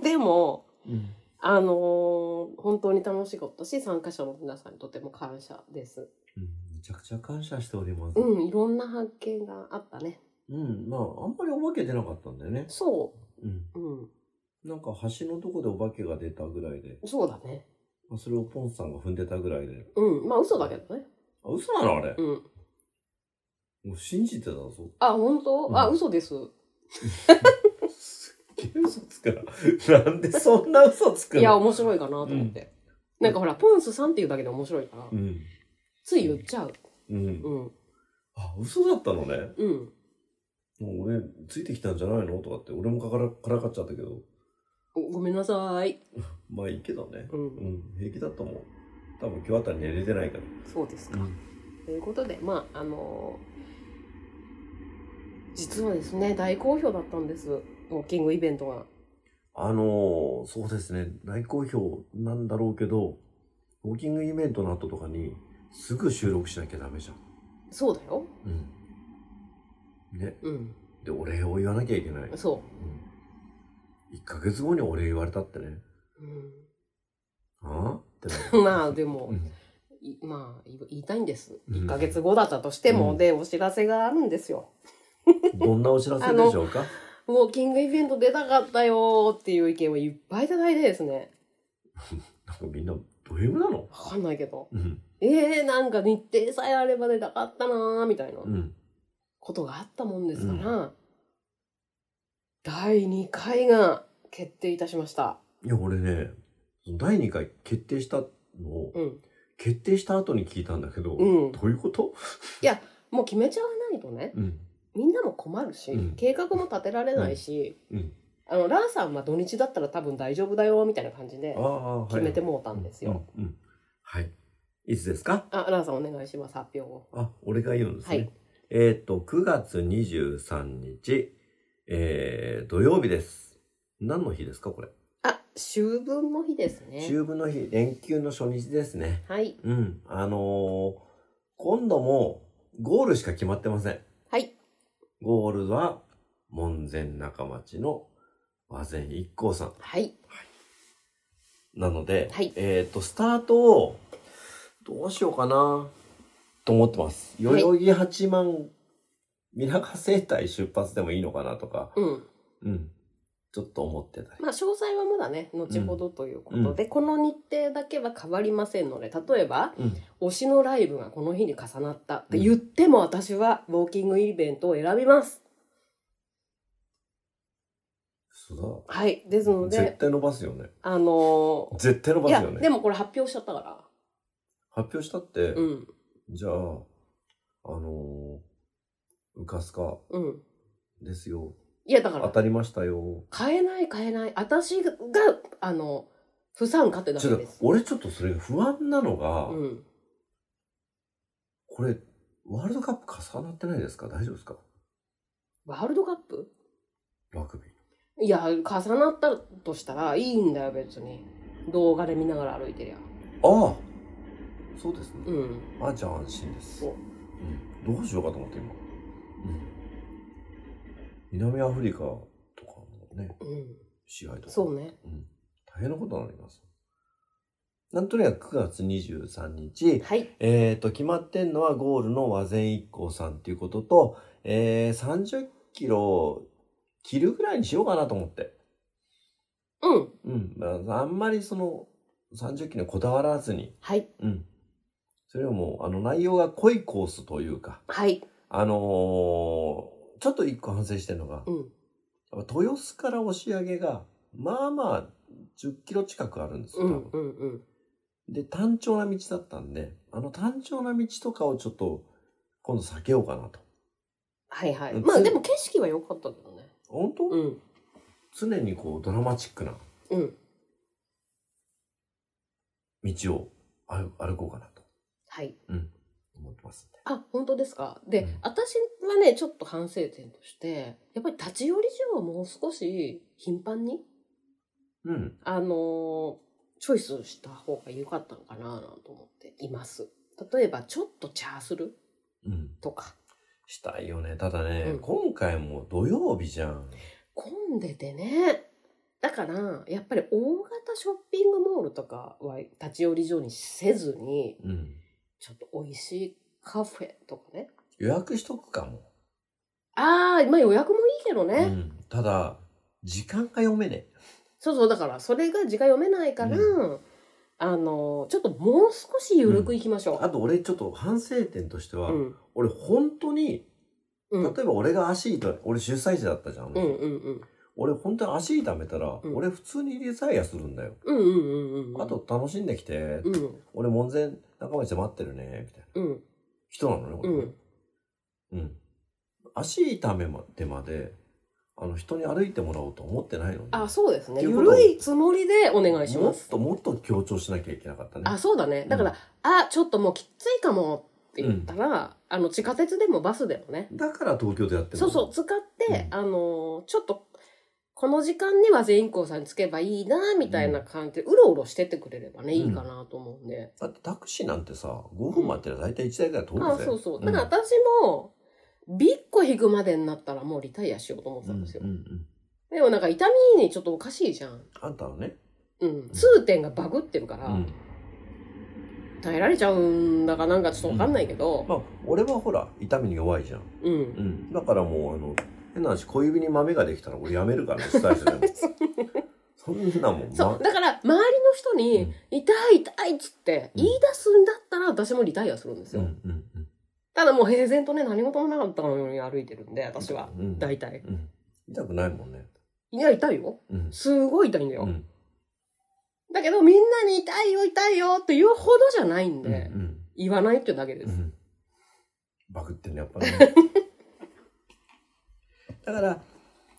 [SPEAKER 2] でも、
[SPEAKER 1] うん。
[SPEAKER 2] あのー本当に楽しかったし、参加者の皆さんにとても感謝です。
[SPEAKER 1] めちゃくちゃ感謝しております。
[SPEAKER 2] うん、いろんな発見があったね。
[SPEAKER 1] うん、まあ、あんまりお化け出なかったんだよね。
[SPEAKER 2] そ
[SPEAKER 1] うん。
[SPEAKER 2] う。うん。
[SPEAKER 1] なんか橋のとこでお化けが出たぐらいで、
[SPEAKER 2] そうだね。
[SPEAKER 1] まあそれをポンさんが踏んでたぐらいで。
[SPEAKER 2] うん。まあ、嘘だけどね。
[SPEAKER 1] あ、嘘なのあれ。
[SPEAKER 2] うん。
[SPEAKER 1] もう信じてたぞ。
[SPEAKER 2] あ、本当、あ、
[SPEAKER 1] うん
[SPEAKER 2] 嘘です。
[SPEAKER 1] すっげえ嘘つく な。なんでそんな嘘つくの
[SPEAKER 2] いや、面白いかなと思って。なんかほら、ポンスさんっていうだけで面白いから、
[SPEAKER 1] うん。
[SPEAKER 2] つい言っちゃう。
[SPEAKER 1] うん
[SPEAKER 2] う。ん。
[SPEAKER 1] あ、嘘だったのね。
[SPEAKER 2] うん。
[SPEAKER 1] もう俺、ついてきたんじゃないのとかって、俺もかからからかっちゃったけど、
[SPEAKER 2] おごめんなさい。
[SPEAKER 1] まあいいけどね。
[SPEAKER 2] う。
[SPEAKER 1] うんん、平気だと思う。多分今日あたり寝れてないから。
[SPEAKER 2] そうですか。ということで、まあ、あのー実はですね、大好評だったんです。ウォーキングイベントが。
[SPEAKER 1] あのーそうですね、大好評なんだろうけど、ウォーキングイベントの後とかに、すぐ収録しなきゃダメじゃん。
[SPEAKER 2] そうだよ。
[SPEAKER 1] うん。ね。
[SPEAKER 2] うん。
[SPEAKER 1] で、お礼を言わなきゃいけない。うん。
[SPEAKER 2] そ
[SPEAKER 1] 1ヶ月後にお礼言われたってね。
[SPEAKER 2] う。う
[SPEAKER 1] ああってなる
[SPEAKER 2] ん、 まあ、でも
[SPEAKER 1] う、ん
[SPEAKER 2] いまあ、い言いたいんです。
[SPEAKER 1] うん
[SPEAKER 2] 1ヶ月後だったとしても、
[SPEAKER 1] うん
[SPEAKER 2] で、お知らせがあるんですよ。
[SPEAKER 1] どんなお知らせでしょうか
[SPEAKER 2] ウォーキングイベント出たかったよーっていう意見をいっぱいいただいてですね。
[SPEAKER 1] なんかみんな、ド M なの
[SPEAKER 2] わかんないけど。
[SPEAKER 1] うん。
[SPEAKER 2] えー、なんか日程さえあれば出たかったなーみたいな
[SPEAKER 1] うん。
[SPEAKER 2] ことがあったもんですから、第2回が決定いたしました。
[SPEAKER 1] いや、俺ね、第2回決定したのを、
[SPEAKER 2] うん。
[SPEAKER 1] 決定した後に聞いたんだけど、
[SPEAKER 2] うん
[SPEAKER 1] どういうこと
[SPEAKER 2] もう決めちゃわないとね、
[SPEAKER 1] うん。
[SPEAKER 2] みんなも困るし、
[SPEAKER 1] うん
[SPEAKER 2] 計画も立てられないし、
[SPEAKER 1] うん。
[SPEAKER 2] あの、ラーさんは土日だったら多分大丈夫だよみたいな感じで
[SPEAKER 1] ああ、はい。
[SPEAKER 2] 決めてもうたんですよ。
[SPEAKER 1] うん。うんはい。いつですか
[SPEAKER 2] あ、ラーさんお願いします、発表を。
[SPEAKER 1] あ、俺が言うんですね。
[SPEAKER 2] はい
[SPEAKER 1] えーっと、9月23日、えー、土曜日です。何の日ですかこれ。
[SPEAKER 2] あ、秋分の日ですね。
[SPEAKER 1] 秋分の日、連休の初日ですね。
[SPEAKER 2] はい。
[SPEAKER 1] うん。あのー今度もゴールしか決まってません。
[SPEAKER 2] はい。
[SPEAKER 1] ゴールは門前仲町の和前一行さん。
[SPEAKER 2] はい。
[SPEAKER 1] なので、
[SPEAKER 2] はい
[SPEAKER 1] えっ、と、スタートを、どうしようかな、と思ってます。代々木八幡、みなか生態出発でもいいのかなとか、
[SPEAKER 2] うん。
[SPEAKER 1] うん。ちょっと思ってたり。
[SPEAKER 2] まあ、詳細はまだね、後ほどということで、この日程だけは変わりませんので、例えば、
[SPEAKER 1] うん。
[SPEAKER 2] 推しのライブがこの日に重なったって言っても、私はウォーキングイベントを選びます。
[SPEAKER 1] そう
[SPEAKER 2] はい。です
[SPEAKER 1] だ。
[SPEAKER 2] の
[SPEAKER 1] 絶
[SPEAKER 2] で、
[SPEAKER 1] 対伸ばすよね。
[SPEAKER 2] あの
[SPEAKER 1] 絶対伸
[SPEAKER 2] ーい
[SPEAKER 1] ばす
[SPEAKER 2] や、
[SPEAKER 1] よね。
[SPEAKER 2] でもこれ発表しちゃったか
[SPEAKER 1] 発表したって、
[SPEAKER 2] ら。うん。
[SPEAKER 1] じゃあ、あのー、うかすか
[SPEAKER 2] うん。
[SPEAKER 1] ですよ。
[SPEAKER 2] いや、だか
[SPEAKER 1] 当
[SPEAKER 2] ら、
[SPEAKER 1] たりましたよ。
[SPEAKER 2] 変えない変えない。私が、あの、不参加ってだ
[SPEAKER 1] ち
[SPEAKER 2] け
[SPEAKER 1] ょっと
[SPEAKER 2] です、。
[SPEAKER 1] 俺ちょっとそれが不安なのが、
[SPEAKER 2] うん。
[SPEAKER 1] これ、ワールドカップ重なってないですか大丈夫ですか
[SPEAKER 2] ワールドカップ
[SPEAKER 1] ラグビー。
[SPEAKER 2] いや、重なったとしたらいいんだよ、別に。動画で見ながら歩いてりゃ。
[SPEAKER 1] ああそうですね、
[SPEAKER 2] うん。
[SPEAKER 1] あじゃあ安心です、
[SPEAKER 2] お
[SPEAKER 1] うん、どうしようかと思って今、うん、南アフリカとかのね
[SPEAKER 2] うん。
[SPEAKER 1] 試合とか
[SPEAKER 2] そうね。
[SPEAKER 1] うん、大変なことになりますなんとにかく9月23日
[SPEAKER 2] はい。
[SPEAKER 1] えっ、と決まってんのはゴールの和前一行さんっていうことと、えー、30キロ切るぐらいにしようかなと思って
[SPEAKER 2] うん。
[SPEAKER 1] うん、まあ、あんまりその30キロにこだわらずに
[SPEAKER 2] はい。
[SPEAKER 1] うん。それはもう、あの、内容が濃いコースというか、
[SPEAKER 2] はい。
[SPEAKER 1] あのーちょっと一個反省してるのが、
[SPEAKER 2] うん。
[SPEAKER 1] やっぱ豊洲から押し上げが、まあまあ、10キロ近くあるんです
[SPEAKER 2] う
[SPEAKER 1] よ、多分。
[SPEAKER 2] ん。うん。うん。
[SPEAKER 1] で、単調な道だったんで、あの単調な道とかをちょっと、今度避けようかなと。
[SPEAKER 2] はいはい。
[SPEAKER 1] うん
[SPEAKER 2] まあでも景色は良かったけどね。
[SPEAKER 1] 本当、
[SPEAKER 2] うん。
[SPEAKER 1] 常にこう、ドラマチックな
[SPEAKER 2] うん。
[SPEAKER 1] 道を歩歩こうかなと
[SPEAKER 2] はい。
[SPEAKER 1] 思ってますんで。
[SPEAKER 2] あ、本当ですか。で、
[SPEAKER 1] うん
[SPEAKER 2] 私はね、ちょっと反省点として、やっぱり立ち寄り順はもう少し頻繁に、
[SPEAKER 1] うん。
[SPEAKER 2] あのーチョイスした方が良かったのかななんて思っています。例えば、ちょっとチャーする
[SPEAKER 1] うん。
[SPEAKER 2] とか、
[SPEAKER 1] したいよね。ただね、
[SPEAKER 2] うん
[SPEAKER 1] 今回も土曜日じゃん。
[SPEAKER 2] 混んでてね。だから、やっぱり大型ショッピングモールとかは立ち寄り所にせずに、
[SPEAKER 1] うん。
[SPEAKER 2] ちょっと美味しいカフェとかね。
[SPEAKER 1] 予約しとくかも。
[SPEAKER 2] ああ、まあ予約もいいけどね。
[SPEAKER 1] うん。ただ、時間が読めね
[SPEAKER 2] そうそう、だからそれが字が読めないから、
[SPEAKER 1] う
[SPEAKER 2] あの、ちょっともう少しゆるくいきましょ
[SPEAKER 1] え。あと俺ちょっと反省点として
[SPEAKER 2] う。
[SPEAKER 1] は、
[SPEAKER 2] うん。
[SPEAKER 1] 俺本当に、
[SPEAKER 2] うん。う
[SPEAKER 1] 例え
[SPEAKER 2] ん
[SPEAKER 1] ば俺が足痛い、俺出歳児だったじゃん。
[SPEAKER 2] うんうん。
[SPEAKER 1] 俺本当に足痛めたら、
[SPEAKER 2] うん
[SPEAKER 1] 俺普通にリザイアするんだよ。
[SPEAKER 2] うんうんうんうん。
[SPEAKER 1] あ、と楽しんできて、
[SPEAKER 2] うん。
[SPEAKER 1] 俺門前仲間で待ってるね、みたいな
[SPEAKER 2] うん。
[SPEAKER 1] 人なのね、
[SPEAKER 2] う
[SPEAKER 1] 俺ね
[SPEAKER 2] ん。
[SPEAKER 1] うん。足痛めてまで、あの人に歩いてもらおうと思ってないのに。
[SPEAKER 2] あ、そうです
[SPEAKER 1] と
[SPEAKER 2] ね。
[SPEAKER 1] い
[SPEAKER 2] ゆ
[SPEAKER 1] うことを
[SPEAKER 2] るいつもりでお願いし
[SPEAKER 1] も
[SPEAKER 2] ま
[SPEAKER 1] っ
[SPEAKER 2] す。
[SPEAKER 1] ともっと強調しなきゃいけなかったね。
[SPEAKER 2] あ、そうだね。だから、あ、ちょっともうきついかもって言ったら、あの、地下鉄でもバスでもね。
[SPEAKER 1] だから東京でやってる
[SPEAKER 2] そうそう、使って、あの、ちょっと、この時間には全員行さんにつけばいいな、みたいな感じで、うろうろしてってくれればね、いいかなと思うんで。
[SPEAKER 1] だってタクシーなんてさ、5分待ってりゃ大体1台ぐらい通るぜ。
[SPEAKER 2] あそうそう。
[SPEAKER 1] ん
[SPEAKER 2] だから私も、ビッコ引くまでになったらもうリタイアしようと思ってたんですよ。
[SPEAKER 1] うんうんうん
[SPEAKER 2] でもなんか痛みにちょっとおかしいじゃん。
[SPEAKER 1] あんたのね。
[SPEAKER 2] うん。痛点がバグってるか
[SPEAKER 1] う
[SPEAKER 2] ら、
[SPEAKER 1] ん。
[SPEAKER 2] 耐えられちゃうんだかなんかちょっとわかんないけど、
[SPEAKER 1] まあ、俺はほら、痛みに弱いじゃん。
[SPEAKER 2] うん。
[SPEAKER 1] うん。だからもう、あの、変な話、小指に豆ができたら俺やめるからね、最初でも。そんなもん、ま
[SPEAKER 2] そう。だから、周りの人
[SPEAKER 1] う
[SPEAKER 2] に
[SPEAKER 1] ん、
[SPEAKER 2] 痛い痛いっつって言い出すんだったら私もリタイアするんです
[SPEAKER 1] うん
[SPEAKER 2] よ。
[SPEAKER 1] うんうん。
[SPEAKER 2] ただもう平然とね、何事もなかったかのように歩いてるんで、私は。
[SPEAKER 1] うん。
[SPEAKER 2] 大体。
[SPEAKER 1] うん。痛くないもんね。
[SPEAKER 2] いや、痛いよ。
[SPEAKER 1] うん。
[SPEAKER 2] すごい痛いんだよ。
[SPEAKER 1] うん
[SPEAKER 2] だけど、みんなに痛いよ、痛いよって言うほどじゃないんで、
[SPEAKER 1] うんうん
[SPEAKER 2] 言わないっていうだけで
[SPEAKER 1] う
[SPEAKER 2] す。
[SPEAKER 1] んバグってんねやっぱ ねだから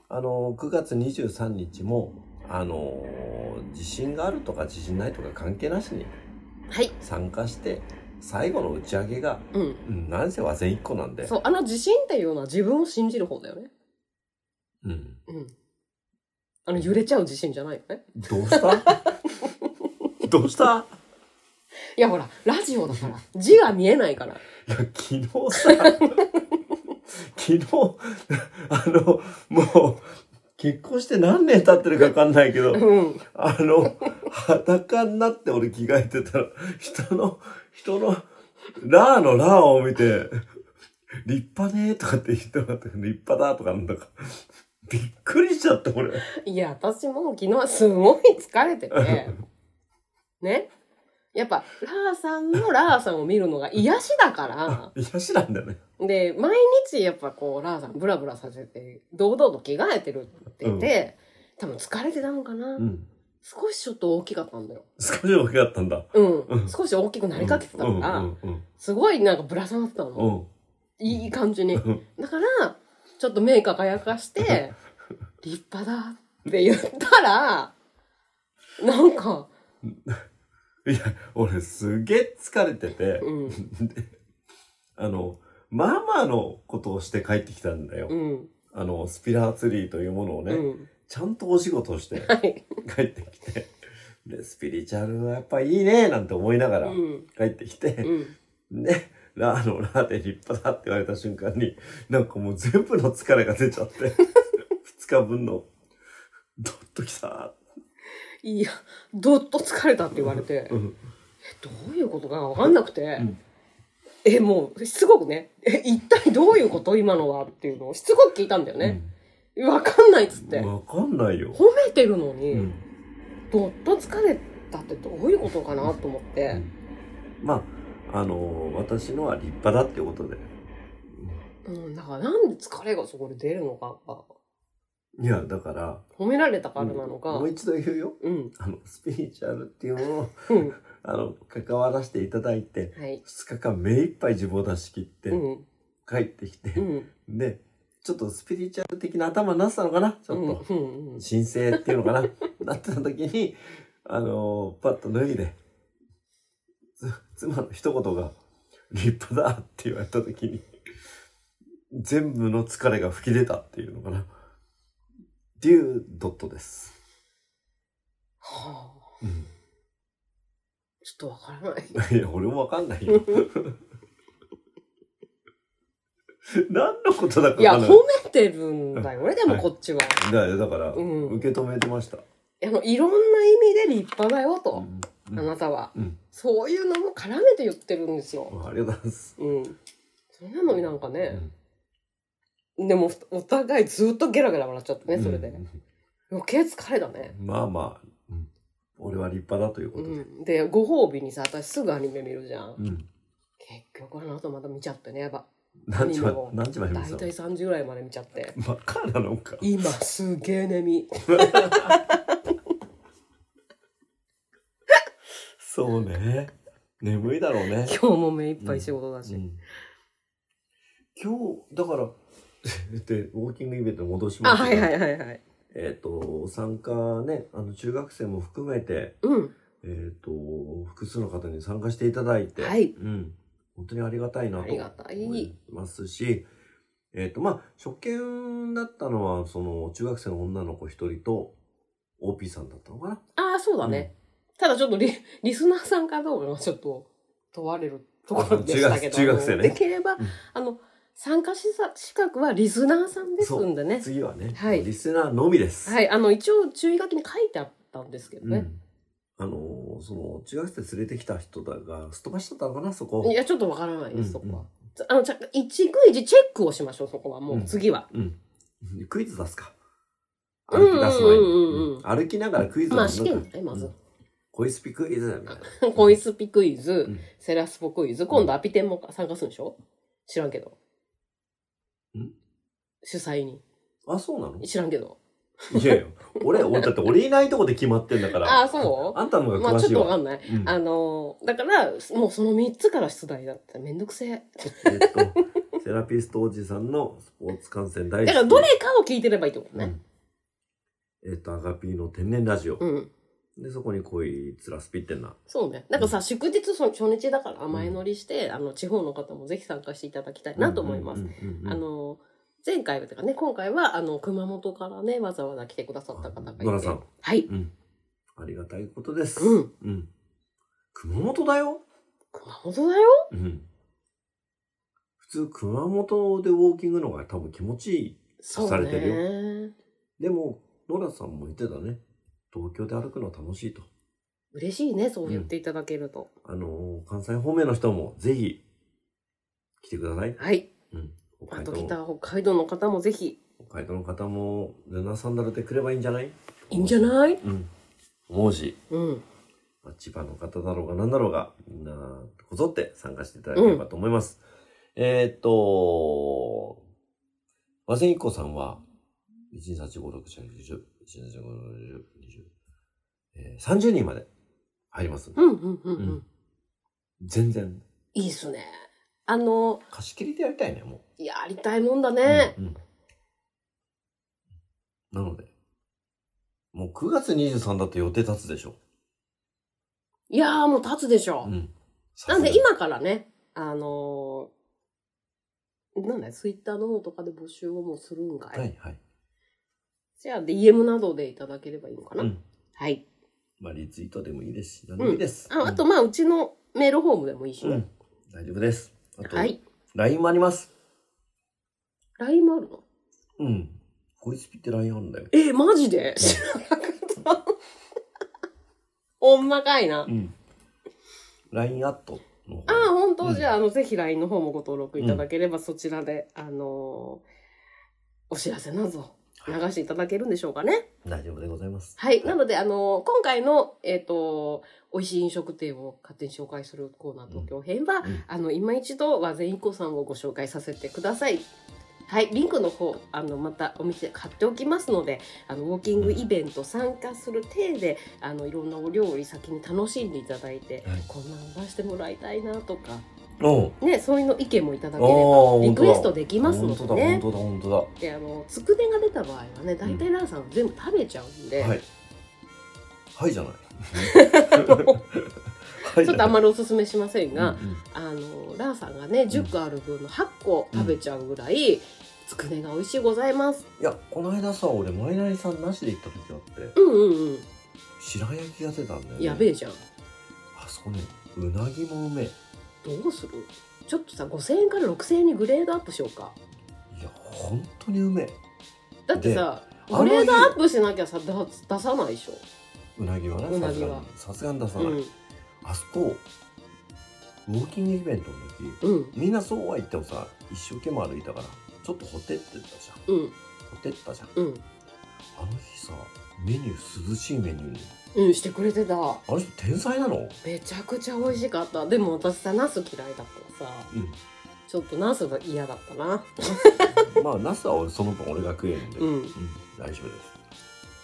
[SPEAKER 1] あの9月23日もあの地震があるとか地震ないとか関係なしに
[SPEAKER 2] はい。
[SPEAKER 1] 参加して最後の打ち上げが、
[SPEAKER 2] うん。
[SPEAKER 1] うん、何せ和全1個なんで
[SPEAKER 2] そう、あの自信っていうのは自分を信じる方だよね。
[SPEAKER 1] うん、
[SPEAKER 2] うん。あの揺れちゃう自信じゃないよね。
[SPEAKER 1] どうした どうした
[SPEAKER 2] いやほら、ラジオだから、 字が見えないから。
[SPEAKER 1] いや昨日さ昨日あのもう結婚して何年経ってるか分かんないけど
[SPEAKER 2] うん。
[SPEAKER 1] あの、裸になって俺着替えてたら、人の、人の、ラーのラーを見て、立派ねーとかって言ってもらったけど、立派だとかなんだか、びっくりしちゃった俺。
[SPEAKER 2] いや、私も昨日すごい疲れてて、ね。やっぱ、ラーさんのラーさんを見るのが癒しだか
[SPEAKER 1] 癒しなんだよね。
[SPEAKER 2] ら、で、毎日やっぱこう、ラーさんブラブラさせて、堂々と着替えてるって言って、多分疲れてたのかな、
[SPEAKER 1] うん。
[SPEAKER 2] 少しちょっと大きかったんだよ。
[SPEAKER 1] 少し大きかったんだ。
[SPEAKER 2] う
[SPEAKER 1] うん
[SPEAKER 2] ん、少し大きくなりかけてた
[SPEAKER 1] うん
[SPEAKER 2] か
[SPEAKER 1] う
[SPEAKER 2] ら、
[SPEAKER 1] んうん
[SPEAKER 2] すごいなんかぶら下がってた
[SPEAKER 1] う
[SPEAKER 2] の。
[SPEAKER 1] ん。
[SPEAKER 2] いい感じに
[SPEAKER 1] ん。
[SPEAKER 2] だから、ちょっと目輝 かして、立派だって言ったら、なんか、
[SPEAKER 1] うん。いや、俺すげえ疲れてて、
[SPEAKER 2] うん、
[SPEAKER 1] あの、ママのことをして帰ってきたんだよ。
[SPEAKER 2] うん、
[SPEAKER 1] あの、スピラーツリーというものをね、
[SPEAKER 2] うん。
[SPEAKER 1] ちゃんとお仕事をして。
[SPEAKER 2] はい。
[SPEAKER 1] 帰ってきて、で、スピリチュアルはやっぱいいね、なんて思いなが
[SPEAKER 2] う
[SPEAKER 1] ら
[SPEAKER 2] ん、
[SPEAKER 1] 帰ってきて、
[SPEAKER 2] うん。
[SPEAKER 1] ね、ラーのラーで立派だって言われた瞬間に、なんかもう全部の疲れが出ちゃって、 二日分の、どっときた。
[SPEAKER 2] いや、どっと疲れたって言われて
[SPEAKER 1] う、ん。
[SPEAKER 2] どういうことかわかんなくて
[SPEAKER 1] うん、
[SPEAKER 2] え、もう、しつこくね、え、一体どういうこと今のはっていうのをしつこく聞いたんだよね。わかんないっつっ
[SPEAKER 1] う
[SPEAKER 2] て。
[SPEAKER 1] ん。
[SPEAKER 2] 褒
[SPEAKER 1] わかんないよ。
[SPEAKER 2] めてるのに、
[SPEAKER 1] うん。
[SPEAKER 2] どっと疲れたってどういうことかなと思って、
[SPEAKER 1] まあ、あのー私のは立派だっていうことで。
[SPEAKER 2] うん、だからなんで疲れがそこで出るのかが
[SPEAKER 1] いや、だから、
[SPEAKER 2] 褒められたからなのか、
[SPEAKER 1] もう一度言うよ。
[SPEAKER 2] うん、
[SPEAKER 1] あの、スピリチュアルっていうものを
[SPEAKER 2] うん、
[SPEAKER 1] あの、関わらせていただいて、
[SPEAKER 2] はい。
[SPEAKER 1] 2日間目いっぱい自分を出し切って
[SPEAKER 2] う、ん。
[SPEAKER 1] 帰ってき
[SPEAKER 2] う
[SPEAKER 1] て、
[SPEAKER 2] ん。
[SPEAKER 1] で、ちょっとスピリチュアル的な頭になってたのかなちょっ
[SPEAKER 2] うんうんうん
[SPEAKER 1] と、神聖っていうの かななってた時に、あのーパッと脱いで、つ妻の一言が、立派だって言われた時に、全部の疲れが吹き出たっていうのかな。っていうドットです。
[SPEAKER 2] はあ、
[SPEAKER 1] うん
[SPEAKER 2] ちょっとわからない。
[SPEAKER 1] いや、俺もわかんないよ。 何のことだか
[SPEAKER 2] いや、
[SPEAKER 1] わかん
[SPEAKER 2] 褒
[SPEAKER 1] ない。
[SPEAKER 2] めてるんだよね、でも
[SPEAKER 1] はい
[SPEAKER 2] こっちは。
[SPEAKER 1] だよだから、
[SPEAKER 2] うん
[SPEAKER 1] 受け止めてました。
[SPEAKER 2] あの、いろんな意味で立派だよ
[SPEAKER 1] う
[SPEAKER 2] と、
[SPEAKER 1] ん
[SPEAKER 2] あなたは。
[SPEAKER 1] うん
[SPEAKER 2] そういうのも絡めて言ってるんですよ。
[SPEAKER 1] ありがとうございます。
[SPEAKER 2] うん。それなのになんか
[SPEAKER 1] う
[SPEAKER 2] ね、
[SPEAKER 1] ん
[SPEAKER 2] でもお互いずっとゲラゲラ笑っちゃってね、それで。
[SPEAKER 1] うん
[SPEAKER 2] 余計疲れだね。
[SPEAKER 1] まあまあ、うん俺は立派だというこ
[SPEAKER 2] う
[SPEAKER 1] とで。
[SPEAKER 2] ん。で、ご褒美にさ、私すぐアニメ見るじゃん。
[SPEAKER 1] うん
[SPEAKER 2] 結局あの後また見ちゃってね、やば。
[SPEAKER 1] 何時まで
[SPEAKER 2] でも、
[SPEAKER 1] 何時まで見
[SPEAKER 2] だ
[SPEAKER 1] て
[SPEAKER 2] い
[SPEAKER 1] た
[SPEAKER 2] たい3時ぐらいまで見ちゃって。
[SPEAKER 1] のバカなのか。
[SPEAKER 2] 今すげえ眠い。
[SPEAKER 1] そうね。眠いだろうね。
[SPEAKER 2] 今日も目いっぱい仕事だし。
[SPEAKER 1] うん今日、だから、 で、ウォーキングイベントに戻し
[SPEAKER 2] あ、
[SPEAKER 1] ます
[SPEAKER 2] はいはいはいはい。
[SPEAKER 1] えっ、と、参加ね、あの、中学生も含めて、
[SPEAKER 2] うん。
[SPEAKER 1] えっ、と、複数の方に参加していただいて、
[SPEAKER 2] はい
[SPEAKER 1] うん。本当にありがたいな
[SPEAKER 2] あ
[SPEAKER 1] と
[SPEAKER 2] りがたい
[SPEAKER 1] 思いますし、えっ、と、まあ、初見だったのは、その、中学生の女の子一人と、OP さんだったのかな
[SPEAKER 2] ああ、そうだね。ただちょっとリリスナーさんかどうかがちょっと問われるところでしたけど。
[SPEAKER 1] 中学中学生ね
[SPEAKER 2] できれば、あの、参加しさ資格はリスナーさんですんでね。
[SPEAKER 1] 次はね、
[SPEAKER 2] はい
[SPEAKER 1] リスナーのみです。
[SPEAKER 2] はい。あの、一応注意書きに書いてあったんですけど
[SPEAKER 1] う
[SPEAKER 2] ね。
[SPEAKER 1] ん。あのーその、中学生連れてきた人だが、すっ飛ばしちゃったのかな、そこ。
[SPEAKER 2] いや、ちょっとわからないです、そこは。
[SPEAKER 1] うん
[SPEAKER 2] あの、ちゃ一区一チェックをしましょう、そこは。もう次は。
[SPEAKER 1] うん。 クイズ出すか。
[SPEAKER 2] うん
[SPEAKER 1] 歩き出す前に。
[SPEAKER 2] うんうんうんうん
[SPEAKER 1] うん歩きながらクイズ
[SPEAKER 2] まあ
[SPEAKER 1] 出す
[SPEAKER 2] 試験だねまず
[SPEAKER 1] うんコイスピクイズみたいな。
[SPEAKER 2] コイスピクイズ、
[SPEAKER 1] ん
[SPEAKER 2] セラスポクイズ、今度アピテンも参加するんでしょ知らんけど。
[SPEAKER 1] ん
[SPEAKER 2] 主催に。
[SPEAKER 1] あ、そうなの
[SPEAKER 2] 知らんけど。
[SPEAKER 1] いやいや、俺、俺、だって俺いないとこで決まってんだから。
[SPEAKER 2] あそう
[SPEAKER 1] あんたの方
[SPEAKER 2] ま
[SPEAKER 1] が
[SPEAKER 2] あ
[SPEAKER 1] 詳
[SPEAKER 2] ちょ
[SPEAKER 1] し
[SPEAKER 2] っ
[SPEAKER 1] い
[SPEAKER 2] とわ
[SPEAKER 1] わ。
[SPEAKER 2] かんない。
[SPEAKER 1] うん
[SPEAKER 2] あのーだから、もうその3つから出題だってめんどくせえ。
[SPEAKER 1] えっと、セラピストおじさんのスポーツ観戦大好き。
[SPEAKER 2] だからどれかを聞いてればいいってこと
[SPEAKER 1] う
[SPEAKER 2] ね。
[SPEAKER 1] んえっと、アガピーの天然ラジオ
[SPEAKER 2] う。ん。
[SPEAKER 1] で、そこにこいつらスピってんな。
[SPEAKER 2] そうね。なんかさ、祝日その初日だから前乗りして、あの、地方の方もぜひ参加していただきたいなと思います。
[SPEAKER 1] うんうんうんうん
[SPEAKER 2] あのー前回とかね、今回は、あの、熊本からね、わざわざ来てくださった方がいて。
[SPEAKER 1] 野良さん。
[SPEAKER 2] はい。
[SPEAKER 1] うん。ありがたいことです。
[SPEAKER 2] うん。
[SPEAKER 1] うん。熊本だよ。
[SPEAKER 2] 熊本だよ
[SPEAKER 1] うん。普通、熊本でウォーキングの方が多分気持ちいい。
[SPEAKER 2] そう
[SPEAKER 1] さ
[SPEAKER 2] ね。
[SPEAKER 1] れてるでも、ノラさんも言ってたね。東京で歩くのは楽しいと。
[SPEAKER 2] 嬉しいね、そう言っていただけると。
[SPEAKER 1] あのー関西方面の人もぜひ、来てください。
[SPEAKER 2] はい。
[SPEAKER 1] うん。北
[SPEAKER 2] あ
[SPEAKER 1] 海
[SPEAKER 2] と
[SPEAKER 1] 道
[SPEAKER 2] 北北海道の方もぜひ、
[SPEAKER 1] 北海道の方も、ルナサンダルで来ればいいんじゃない
[SPEAKER 2] いいんじゃない
[SPEAKER 1] うん。思うし、
[SPEAKER 2] うん。
[SPEAKER 1] まあ千葉の方だろうが何だろうが、みんな、こぞって参加していただければと思います。えーっと、和千一子さんは、123456720,123456720,30人まで入りますんで、
[SPEAKER 2] うんうんう
[SPEAKER 1] う
[SPEAKER 2] んう
[SPEAKER 1] んん。全然、
[SPEAKER 2] いいっすね。あの、
[SPEAKER 1] 貸し切りでやりたいね、も
[SPEAKER 2] やりたいもんだ
[SPEAKER 1] う。
[SPEAKER 2] ね。
[SPEAKER 1] うんうんなので、もう9月23だと予定立つでしょ。
[SPEAKER 2] いやーもう立つでしょ。
[SPEAKER 1] うん。
[SPEAKER 2] なんで今からね、あのーなんだよ、ツイッターの方とかで募集をもうするんかい。
[SPEAKER 1] はいはい。
[SPEAKER 2] じゃあ、DM などでいただければいいのかな。
[SPEAKER 1] うん
[SPEAKER 2] はい。
[SPEAKER 1] まあ、リツイートでもいいですし、何でもいいです。
[SPEAKER 2] ああと、まあ、うちのメールフォームでもいいし
[SPEAKER 1] うん、う
[SPEAKER 2] ね。
[SPEAKER 1] ん、大丈夫です。あと、
[SPEAKER 2] はい。
[SPEAKER 1] LINE もあります。
[SPEAKER 2] LINE もあるの
[SPEAKER 1] うん。こいつピって LINE あるんだよ。
[SPEAKER 2] えー、マジで知らなかった。 ほんまかいな。あ
[SPEAKER 1] うん。LINE アットの方
[SPEAKER 2] あ、本当、
[SPEAKER 1] うん
[SPEAKER 2] じゃあ、あの、ぜひ LINE の方もご登録いただければ、そちらで、あのーお知らせなど流していただけるんでしょうかね。
[SPEAKER 1] 大丈夫でございます。
[SPEAKER 2] はい。なので、あのー今回の、えっ、と、美味しい飲食店を勝手に紹介するコーナー東京編は、
[SPEAKER 1] うん
[SPEAKER 2] あの、今一度、和善一子さんをご紹介させてください。はい、リンクの方あのまたお店買っておきますのであのウォーキングイベント参加する体で、あのいろんなお料理先に楽しんでいただいて、
[SPEAKER 1] はい
[SPEAKER 2] こんなの出してもらいたいなとか、
[SPEAKER 1] うん。
[SPEAKER 2] ね、そういうの意見もいただければ
[SPEAKER 1] ああ、
[SPEAKER 2] リクエスト
[SPEAKER 1] で
[SPEAKER 2] できますのでね
[SPEAKER 1] 本当だ、本当だ、本
[SPEAKER 2] であのつくねが出た場合はね大体ランさんは全部食べちゃうんで、
[SPEAKER 1] 当だ。はい。はいじゃない。 はい
[SPEAKER 2] ちょっとあんまりおすすめしません
[SPEAKER 1] り
[SPEAKER 2] が、
[SPEAKER 1] うんうん
[SPEAKER 2] あのランさんがね10個ある分の8個食べちゃうぐらい、つくねが美味しいございます。
[SPEAKER 1] いや、この間さ、俺、マイナリさんなしで行った時あって、
[SPEAKER 2] うんうんうん。
[SPEAKER 1] 白焼きが出たんだよ、ね。
[SPEAKER 2] やべえじゃん。
[SPEAKER 1] あそこね、うなぎもうめえ。
[SPEAKER 2] どうするちょっとさ5,000円から6,000円にグレードアップしようか
[SPEAKER 1] いや、本当にうめえ。
[SPEAKER 2] だってさ
[SPEAKER 1] であの
[SPEAKER 2] グ
[SPEAKER 1] 日
[SPEAKER 2] レードアップしなきゃさだ出さないでしょ、
[SPEAKER 1] うなぎはね、
[SPEAKER 2] うな
[SPEAKER 1] さ
[SPEAKER 2] ぎ
[SPEAKER 1] すが
[SPEAKER 2] は
[SPEAKER 1] に。さすがに出さ
[SPEAKER 2] う
[SPEAKER 1] ない。
[SPEAKER 2] ん
[SPEAKER 1] あそこ、ウォーキングイベントの時、
[SPEAKER 2] うん
[SPEAKER 1] みんなそうは言ってもさ、一生懸命歩いたから、ちょっとほてってたじゃん。
[SPEAKER 2] うん
[SPEAKER 1] ほてったじゃん。
[SPEAKER 2] うん
[SPEAKER 1] あの日さ、メニュー涼しいメニューに。
[SPEAKER 2] うんしてくれてた
[SPEAKER 1] あの人天才なの
[SPEAKER 2] めちゃくちゃ美味しかったでも私さナス嫌いだからさ
[SPEAKER 1] うん。
[SPEAKER 2] ちょっとナスが嫌だったな
[SPEAKER 1] まあ、ナスは俺その分俺が食えるんで。
[SPEAKER 2] う
[SPEAKER 1] うん、
[SPEAKER 2] ん
[SPEAKER 1] 大丈夫です。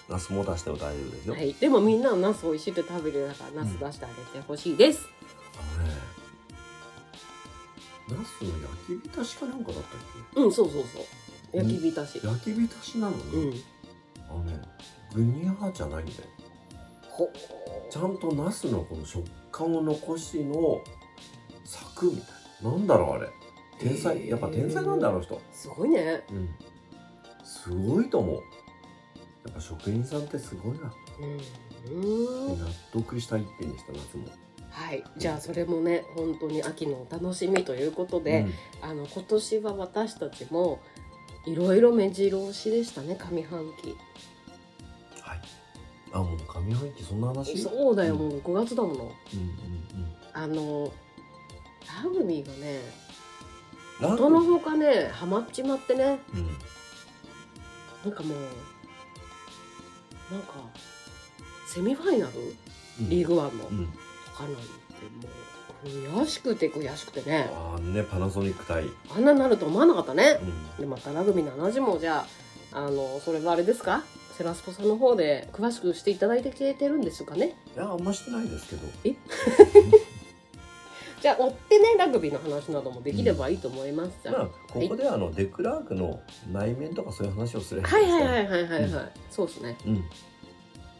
[SPEAKER 1] ナスも出しても大丈夫ですよ。
[SPEAKER 2] はいでもみんなナス美味しいって食べてるからナス出してあげてほしいです、
[SPEAKER 1] あのね、ナスの焼き浸しかなんかだったっ
[SPEAKER 2] うん、そうそうそう焼き浸し
[SPEAKER 1] け焼き浸しなの
[SPEAKER 2] う
[SPEAKER 1] に、
[SPEAKER 2] ん、
[SPEAKER 1] あのね、グニャーじゃないんだよ。
[SPEAKER 2] ほ
[SPEAKER 1] ちゃんとナスのこの食感を残しのサクみたいな。なんだろうあれ。天才、やっぱ天才なんだあの人。
[SPEAKER 2] すごいね
[SPEAKER 1] うん。すごいと思う。やっぱ職人さんってすごいな。
[SPEAKER 2] うん、うん
[SPEAKER 1] 納得した一品でした夏も。
[SPEAKER 2] はい、じゃあそれもね本当に秋のお楽しみということで、あの今年は私たちもいろいろ目白押しでしたね上半期
[SPEAKER 1] うん、はい。あもう上半期そんな話。
[SPEAKER 2] そうだよ、
[SPEAKER 1] うん
[SPEAKER 2] もう5月だもの
[SPEAKER 1] うんうんうん。
[SPEAKER 2] あのラグビーがね
[SPEAKER 1] ラ
[SPEAKER 2] どのほかねハマっちまってね
[SPEAKER 1] うん。
[SPEAKER 2] なんかもうなんかセミファイナルリー
[SPEAKER 1] グ。
[SPEAKER 2] グワンの
[SPEAKER 1] うん。
[SPEAKER 2] かなんてもう悔しくて悔しくてね
[SPEAKER 1] ああねパナソニック対。うん。
[SPEAKER 2] あんなになると思わなかったねでまたラグビーの話もじゃああのそれはあれですかセラスポさんの方で詳しくしていただいてきてるんですかね
[SPEAKER 1] いやあんましてないですけど。
[SPEAKER 2] えじゃあ追ってねラグビーの話などもできればいいと思います、じゃ
[SPEAKER 1] ま
[SPEAKER 2] あ
[SPEAKER 1] あここであのデクラークの内面とかそういう話をすれば
[SPEAKER 2] はいはい
[SPEAKER 1] い
[SPEAKER 2] はいはいはいはい、
[SPEAKER 1] う
[SPEAKER 2] そうですね
[SPEAKER 1] うん、い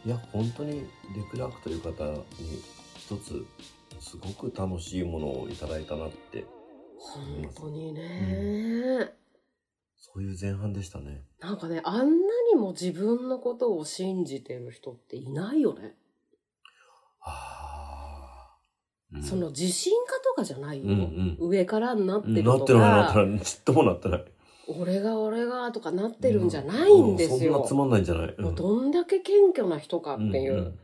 [SPEAKER 1] や本当にデクラークという方に一つすごく楽しいものをいただいたなって
[SPEAKER 2] 本当にね、
[SPEAKER 1] そういう前半でしたね
[SPEAKER 2] なんかねあんなにも自分のことを信じてる人っていないよね、
[SPEAKER 1] ああ、
[SPEAKER 2] その自信家とかじゃないよ、
[SPEAKER 1] うん
[SPEAKER 2] 上からになって
[SPEAKER 1] うん
[SPEAKER 2] る
[SPEAKER 1] な
[SPEAKER 2] と
[SPEAKER 1] ってないなって
[SPEAKER 2] か
[SPEAKER 1] ないちっともなってない
[SPEAKER 2] 俺が俺がとかなってるんじゃないんです
[SPEAKER 1] うそ
[SPEAKER 2] よ、
[SPEAKER 1] んなつまんないんじゃない、うん
[SPEAKER 2] もうどんだけ謙虚な人かってい
[SPEAKER 1] ん
[SPEAKER 2] う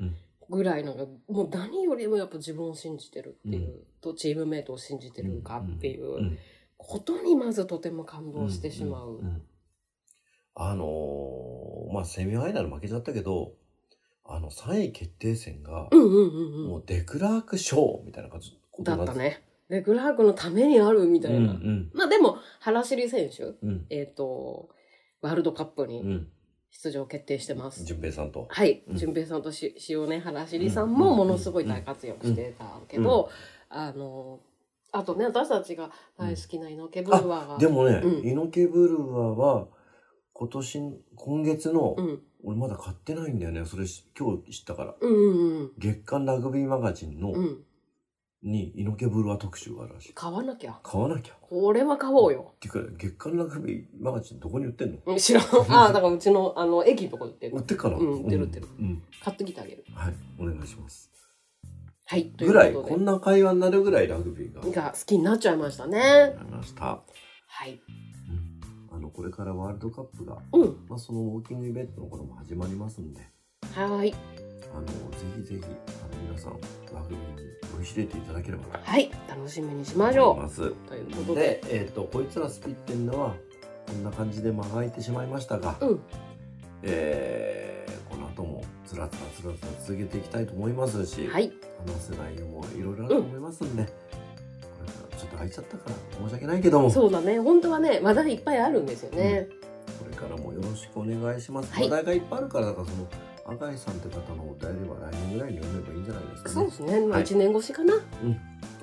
[SPEAKER 2] ぐらいなんかもう何よりもやっぱ自分を信じてるっていう、
[SPEAKER 1] う
[SPEAKER 2] とチームメイトを信じて
[SPEAKER 1] ん
[SPEAKER 2] るかってい
[SPEAKER 1] ん
[SPEAKER 2] うことにまずとても感動してしま
[SPEAKER 1] ん。
[SPEAKER 2] うん
[SPEAKER 1] んあのーまあセミファイナル負けちゃったけどあの3位決定戦が、
[SPEAKER 2] うんうんうんう
[SPEAKER 1] も
[SPEAKER 2] ん。
[SPEAKER 1] うデクラーク賞みたいな感じ
[SPEAKER 2] だったね。で、グラークのためにあるみ
[SPEAKER 1] う
[SPEAKER 2] た
[SPEAKER 1] ん
[SPEAKER 2] いうな。
[SPEAKER 1] ん
[SPEAKER 2] まあでも、原尻選手、
[SPEAKER 1] うん
[SPEAKER 2] えっ、と、ワールドカップ
[SPEAKER 1] う
[SPEAKER 2] に
[SPEAKER 1] ん
[SPEAKER 2] 出場決定してます。
[SPEAKER 1] 順平さんと
[SPEAKER 2] はい、
[SPEAKER 1] うん
[SPEAKER 2] 淳平さんとし塩ね原尻さん
[SPEAKER 1] う
[SPEAKER 2] も
[SPEAKER 1] ん
[SPEAKER 2] ものすごい大活躍してたけど、あのあとね私たちが大好きなイノケブルワーが、
[SPEAKER 1] でもね、
[SPEAKER 2] うん
[SPEAKER 1] イノケブルワは今年今月の、
[SPEAKER 2] うん、
[SPEAKER 1] 俺まだ買ってないんだよねそれし今日知ったから
[SPEAKER 2] うんうん
[SPEAKER 1] 月刊ラグビーマガジンの、
[SPEAKER 2] うんうん
[SPEAKER 1] にイノケブルワ特集があるらしい
[SPEAKER 2] 買わなきゃ
[SPEAKER 1] 買わなきゃっ
[SPEAKER 2] これは買おうよ
[SPEAKER 1] ていうか月刊ラグビーマガジンどこに売ってんの
[SPEAKER 2] うん知 らんああだからうちのあの駅のとこに売って
[SPEAKER 1] 売っ
[SPEAKER 2] る
[SPEAKER 1] てっかな
[SPEAKER 2] うん売ってる売ってる
[SPEAKER 1] うん
[SPEAKER 2] 買ってきてあげる
[SPEAKER 1] はいお願いします
[SPEAKER 2] はいとい
[SPEAKER 1] ぐらいうこ
[SPEAKER 2] こと
[SPEAKER 1] んな会話になるぐらいラグビーが
[SPEAKER 2] でが好きになっちゃいましたね
[SPEAKER 1] なりました
[SPEAKER 2] はい
[SPEAKER 1] あのこれからワールドカップが、
[SPEAKER 2] うん
[SPEAKER 1] まあ、そのウォーキングイベントの頃も始まりますんで
[SPEAKER 2] はーい
[SPEAKER 1] あのぜひぜひあの皆さんラグビーに酔いしれていただければなと
[SPEAKER 2] はい楽しみにしまし
[SPEAKER 1] 思い
[SPEAKER 2] ょ
[SPEAKER 1] ます
[SPEAKER 2] うということで
[SPEAKER 1] で、えー、とこいつらスピってんのはこんな感じで間が空いてしまいましたが、
[SPEAKER 2] うん
[SPEAKER 1] えーこの後もつらつらつらつら続けていきたいと思いますし、
[SPEAKER 2] はい
[SPEAKER 1] 話す内容もいろいろあると思いますんで、これからちょっとが空いちゃったから申し訳ないけどもこ
[SPEAKER 2] そうだね本当はねまだいっぱいあるんですよね、
[SPEAKER 1] れからもよろしくお願いします、
[SPEAKER 2] はい
[SPEAKER 1] 話題がいっぱいあるからだからその赤井さんって方のお便りは来年ぐらいに読めばいいんじゃないですか
[SPEAKER 2] そう
[SPEAKER 1] ね
[SPEAKER 2] ですね、まあ、
[SPEAKER 1] はい
[SPEAKER 2] 1年越しかな
[SPEAKER 1] と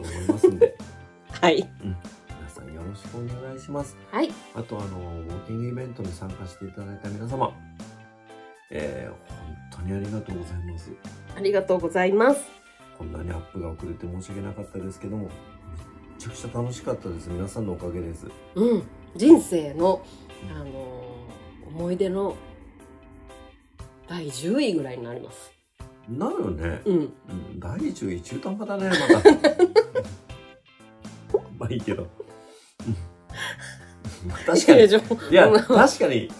[SPEAKER 1] 思いますんで
[SPEAKER 2] はい
[SPEAKER 1] 皆さんよろしくお願いします
[SPEAKER 2] はい
[SPEAKER 1] あとあのウォーキングイベントに参加していただいた皆様えー、本当にありがとうございます
[SPEAKER 2] ありがとうございます
[SPEAKER 1] こんなにアップが遅れて申し訳なかったですけどもめっちゃくちゃ楽しかったです皆さんのおかげです
[SPEAKER 2] うん人生の、あのー思い出の第10位ぐらいになります
[SPEAKER 1] なるよね、
[SPEAKER 2] うん
[SPEAKER 1] うん第11中途半端だねまたまあいいけどうんまあ確かに
[SPEAKER 2] でしょ
[SPEAKER 1] いや
[SPEAKER 2] うん
[SPEAKER 1] 確かに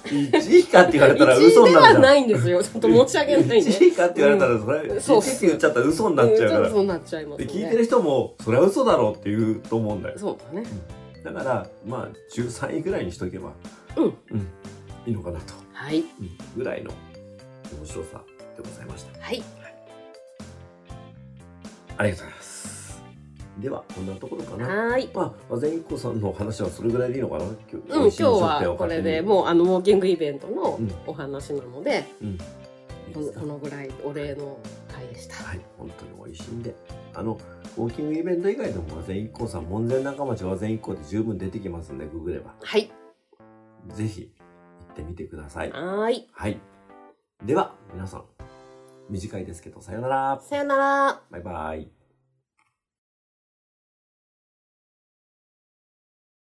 [SPEAKER 1] 1位かって言われ たら
[SPEAKER 2] 1位
[SPEAKER 1] 嘘になるじ
[SPEAKER 2] では
[SPEAKER 1] ゃん
[SPEAKER 2] ないんですよちょっと申し訳ないね
[SPEAKER 1] 1位かって言われたらそれ
[SPEAKER 2] うん
[SPEAKER 1] 1位って言っちゃったら嘘になっちゃうから、
[SPEAKER 2] んそうなっちゃいます
[SPEAKER 1] で
[SPEAKER 2] ね
[SPEAKER 1] 聞いてる人もそれは嘘だろうって言うと思うんだよ
[SPEAKER 2] そうだね
[SPEAKER 1] だからまあ13位ぐらいにしとけば、
[SPEAKER 2] うん
[SPEAKER 1] いいのかなと、
[SPEAKER 2] はい
[SPEAKER 1] うんぐらいの面白さでございました
[SPEAKER 2] はい
[SPEAKER 1] ありがとうございますではこんなところかな
[SPEAKER 2] はーい
[SPEAKER 1] まあ、ぜんこさんのお話はそれぐらいでいいのかな今日,、
[SPEAKER 2] うん、今日はこれでもうあのウォーキングイベントの
[SPEAKER 1] うん
[SPEAKER 2] お話なので、
[SPEAKER 1] うん、いい
[SPEAKER 2] こ
[SPEAKER 1] です
[SPEAKER 2] の
[SPEAKER 1] か
[SPEAKER 2] このぐらいお礼の回でした。
[SPEAKER 1] はい、本当に美味しいんで。あの、ウォーキングイベント以外でも和膳一行さん、門前仲町和膳一行で十分出てきますんで、ググれば。
[SPEAKER 2] はい、
[SPEAKER 1] ぜひ、行ってみてください。
[SPEAKER 2] はーい、
[SPEAKER 1] はい。では、皆さん、短いですけど、さよなら。
[SPEAKER 2] さよなら。
[SPEAKER 1] バイバイ。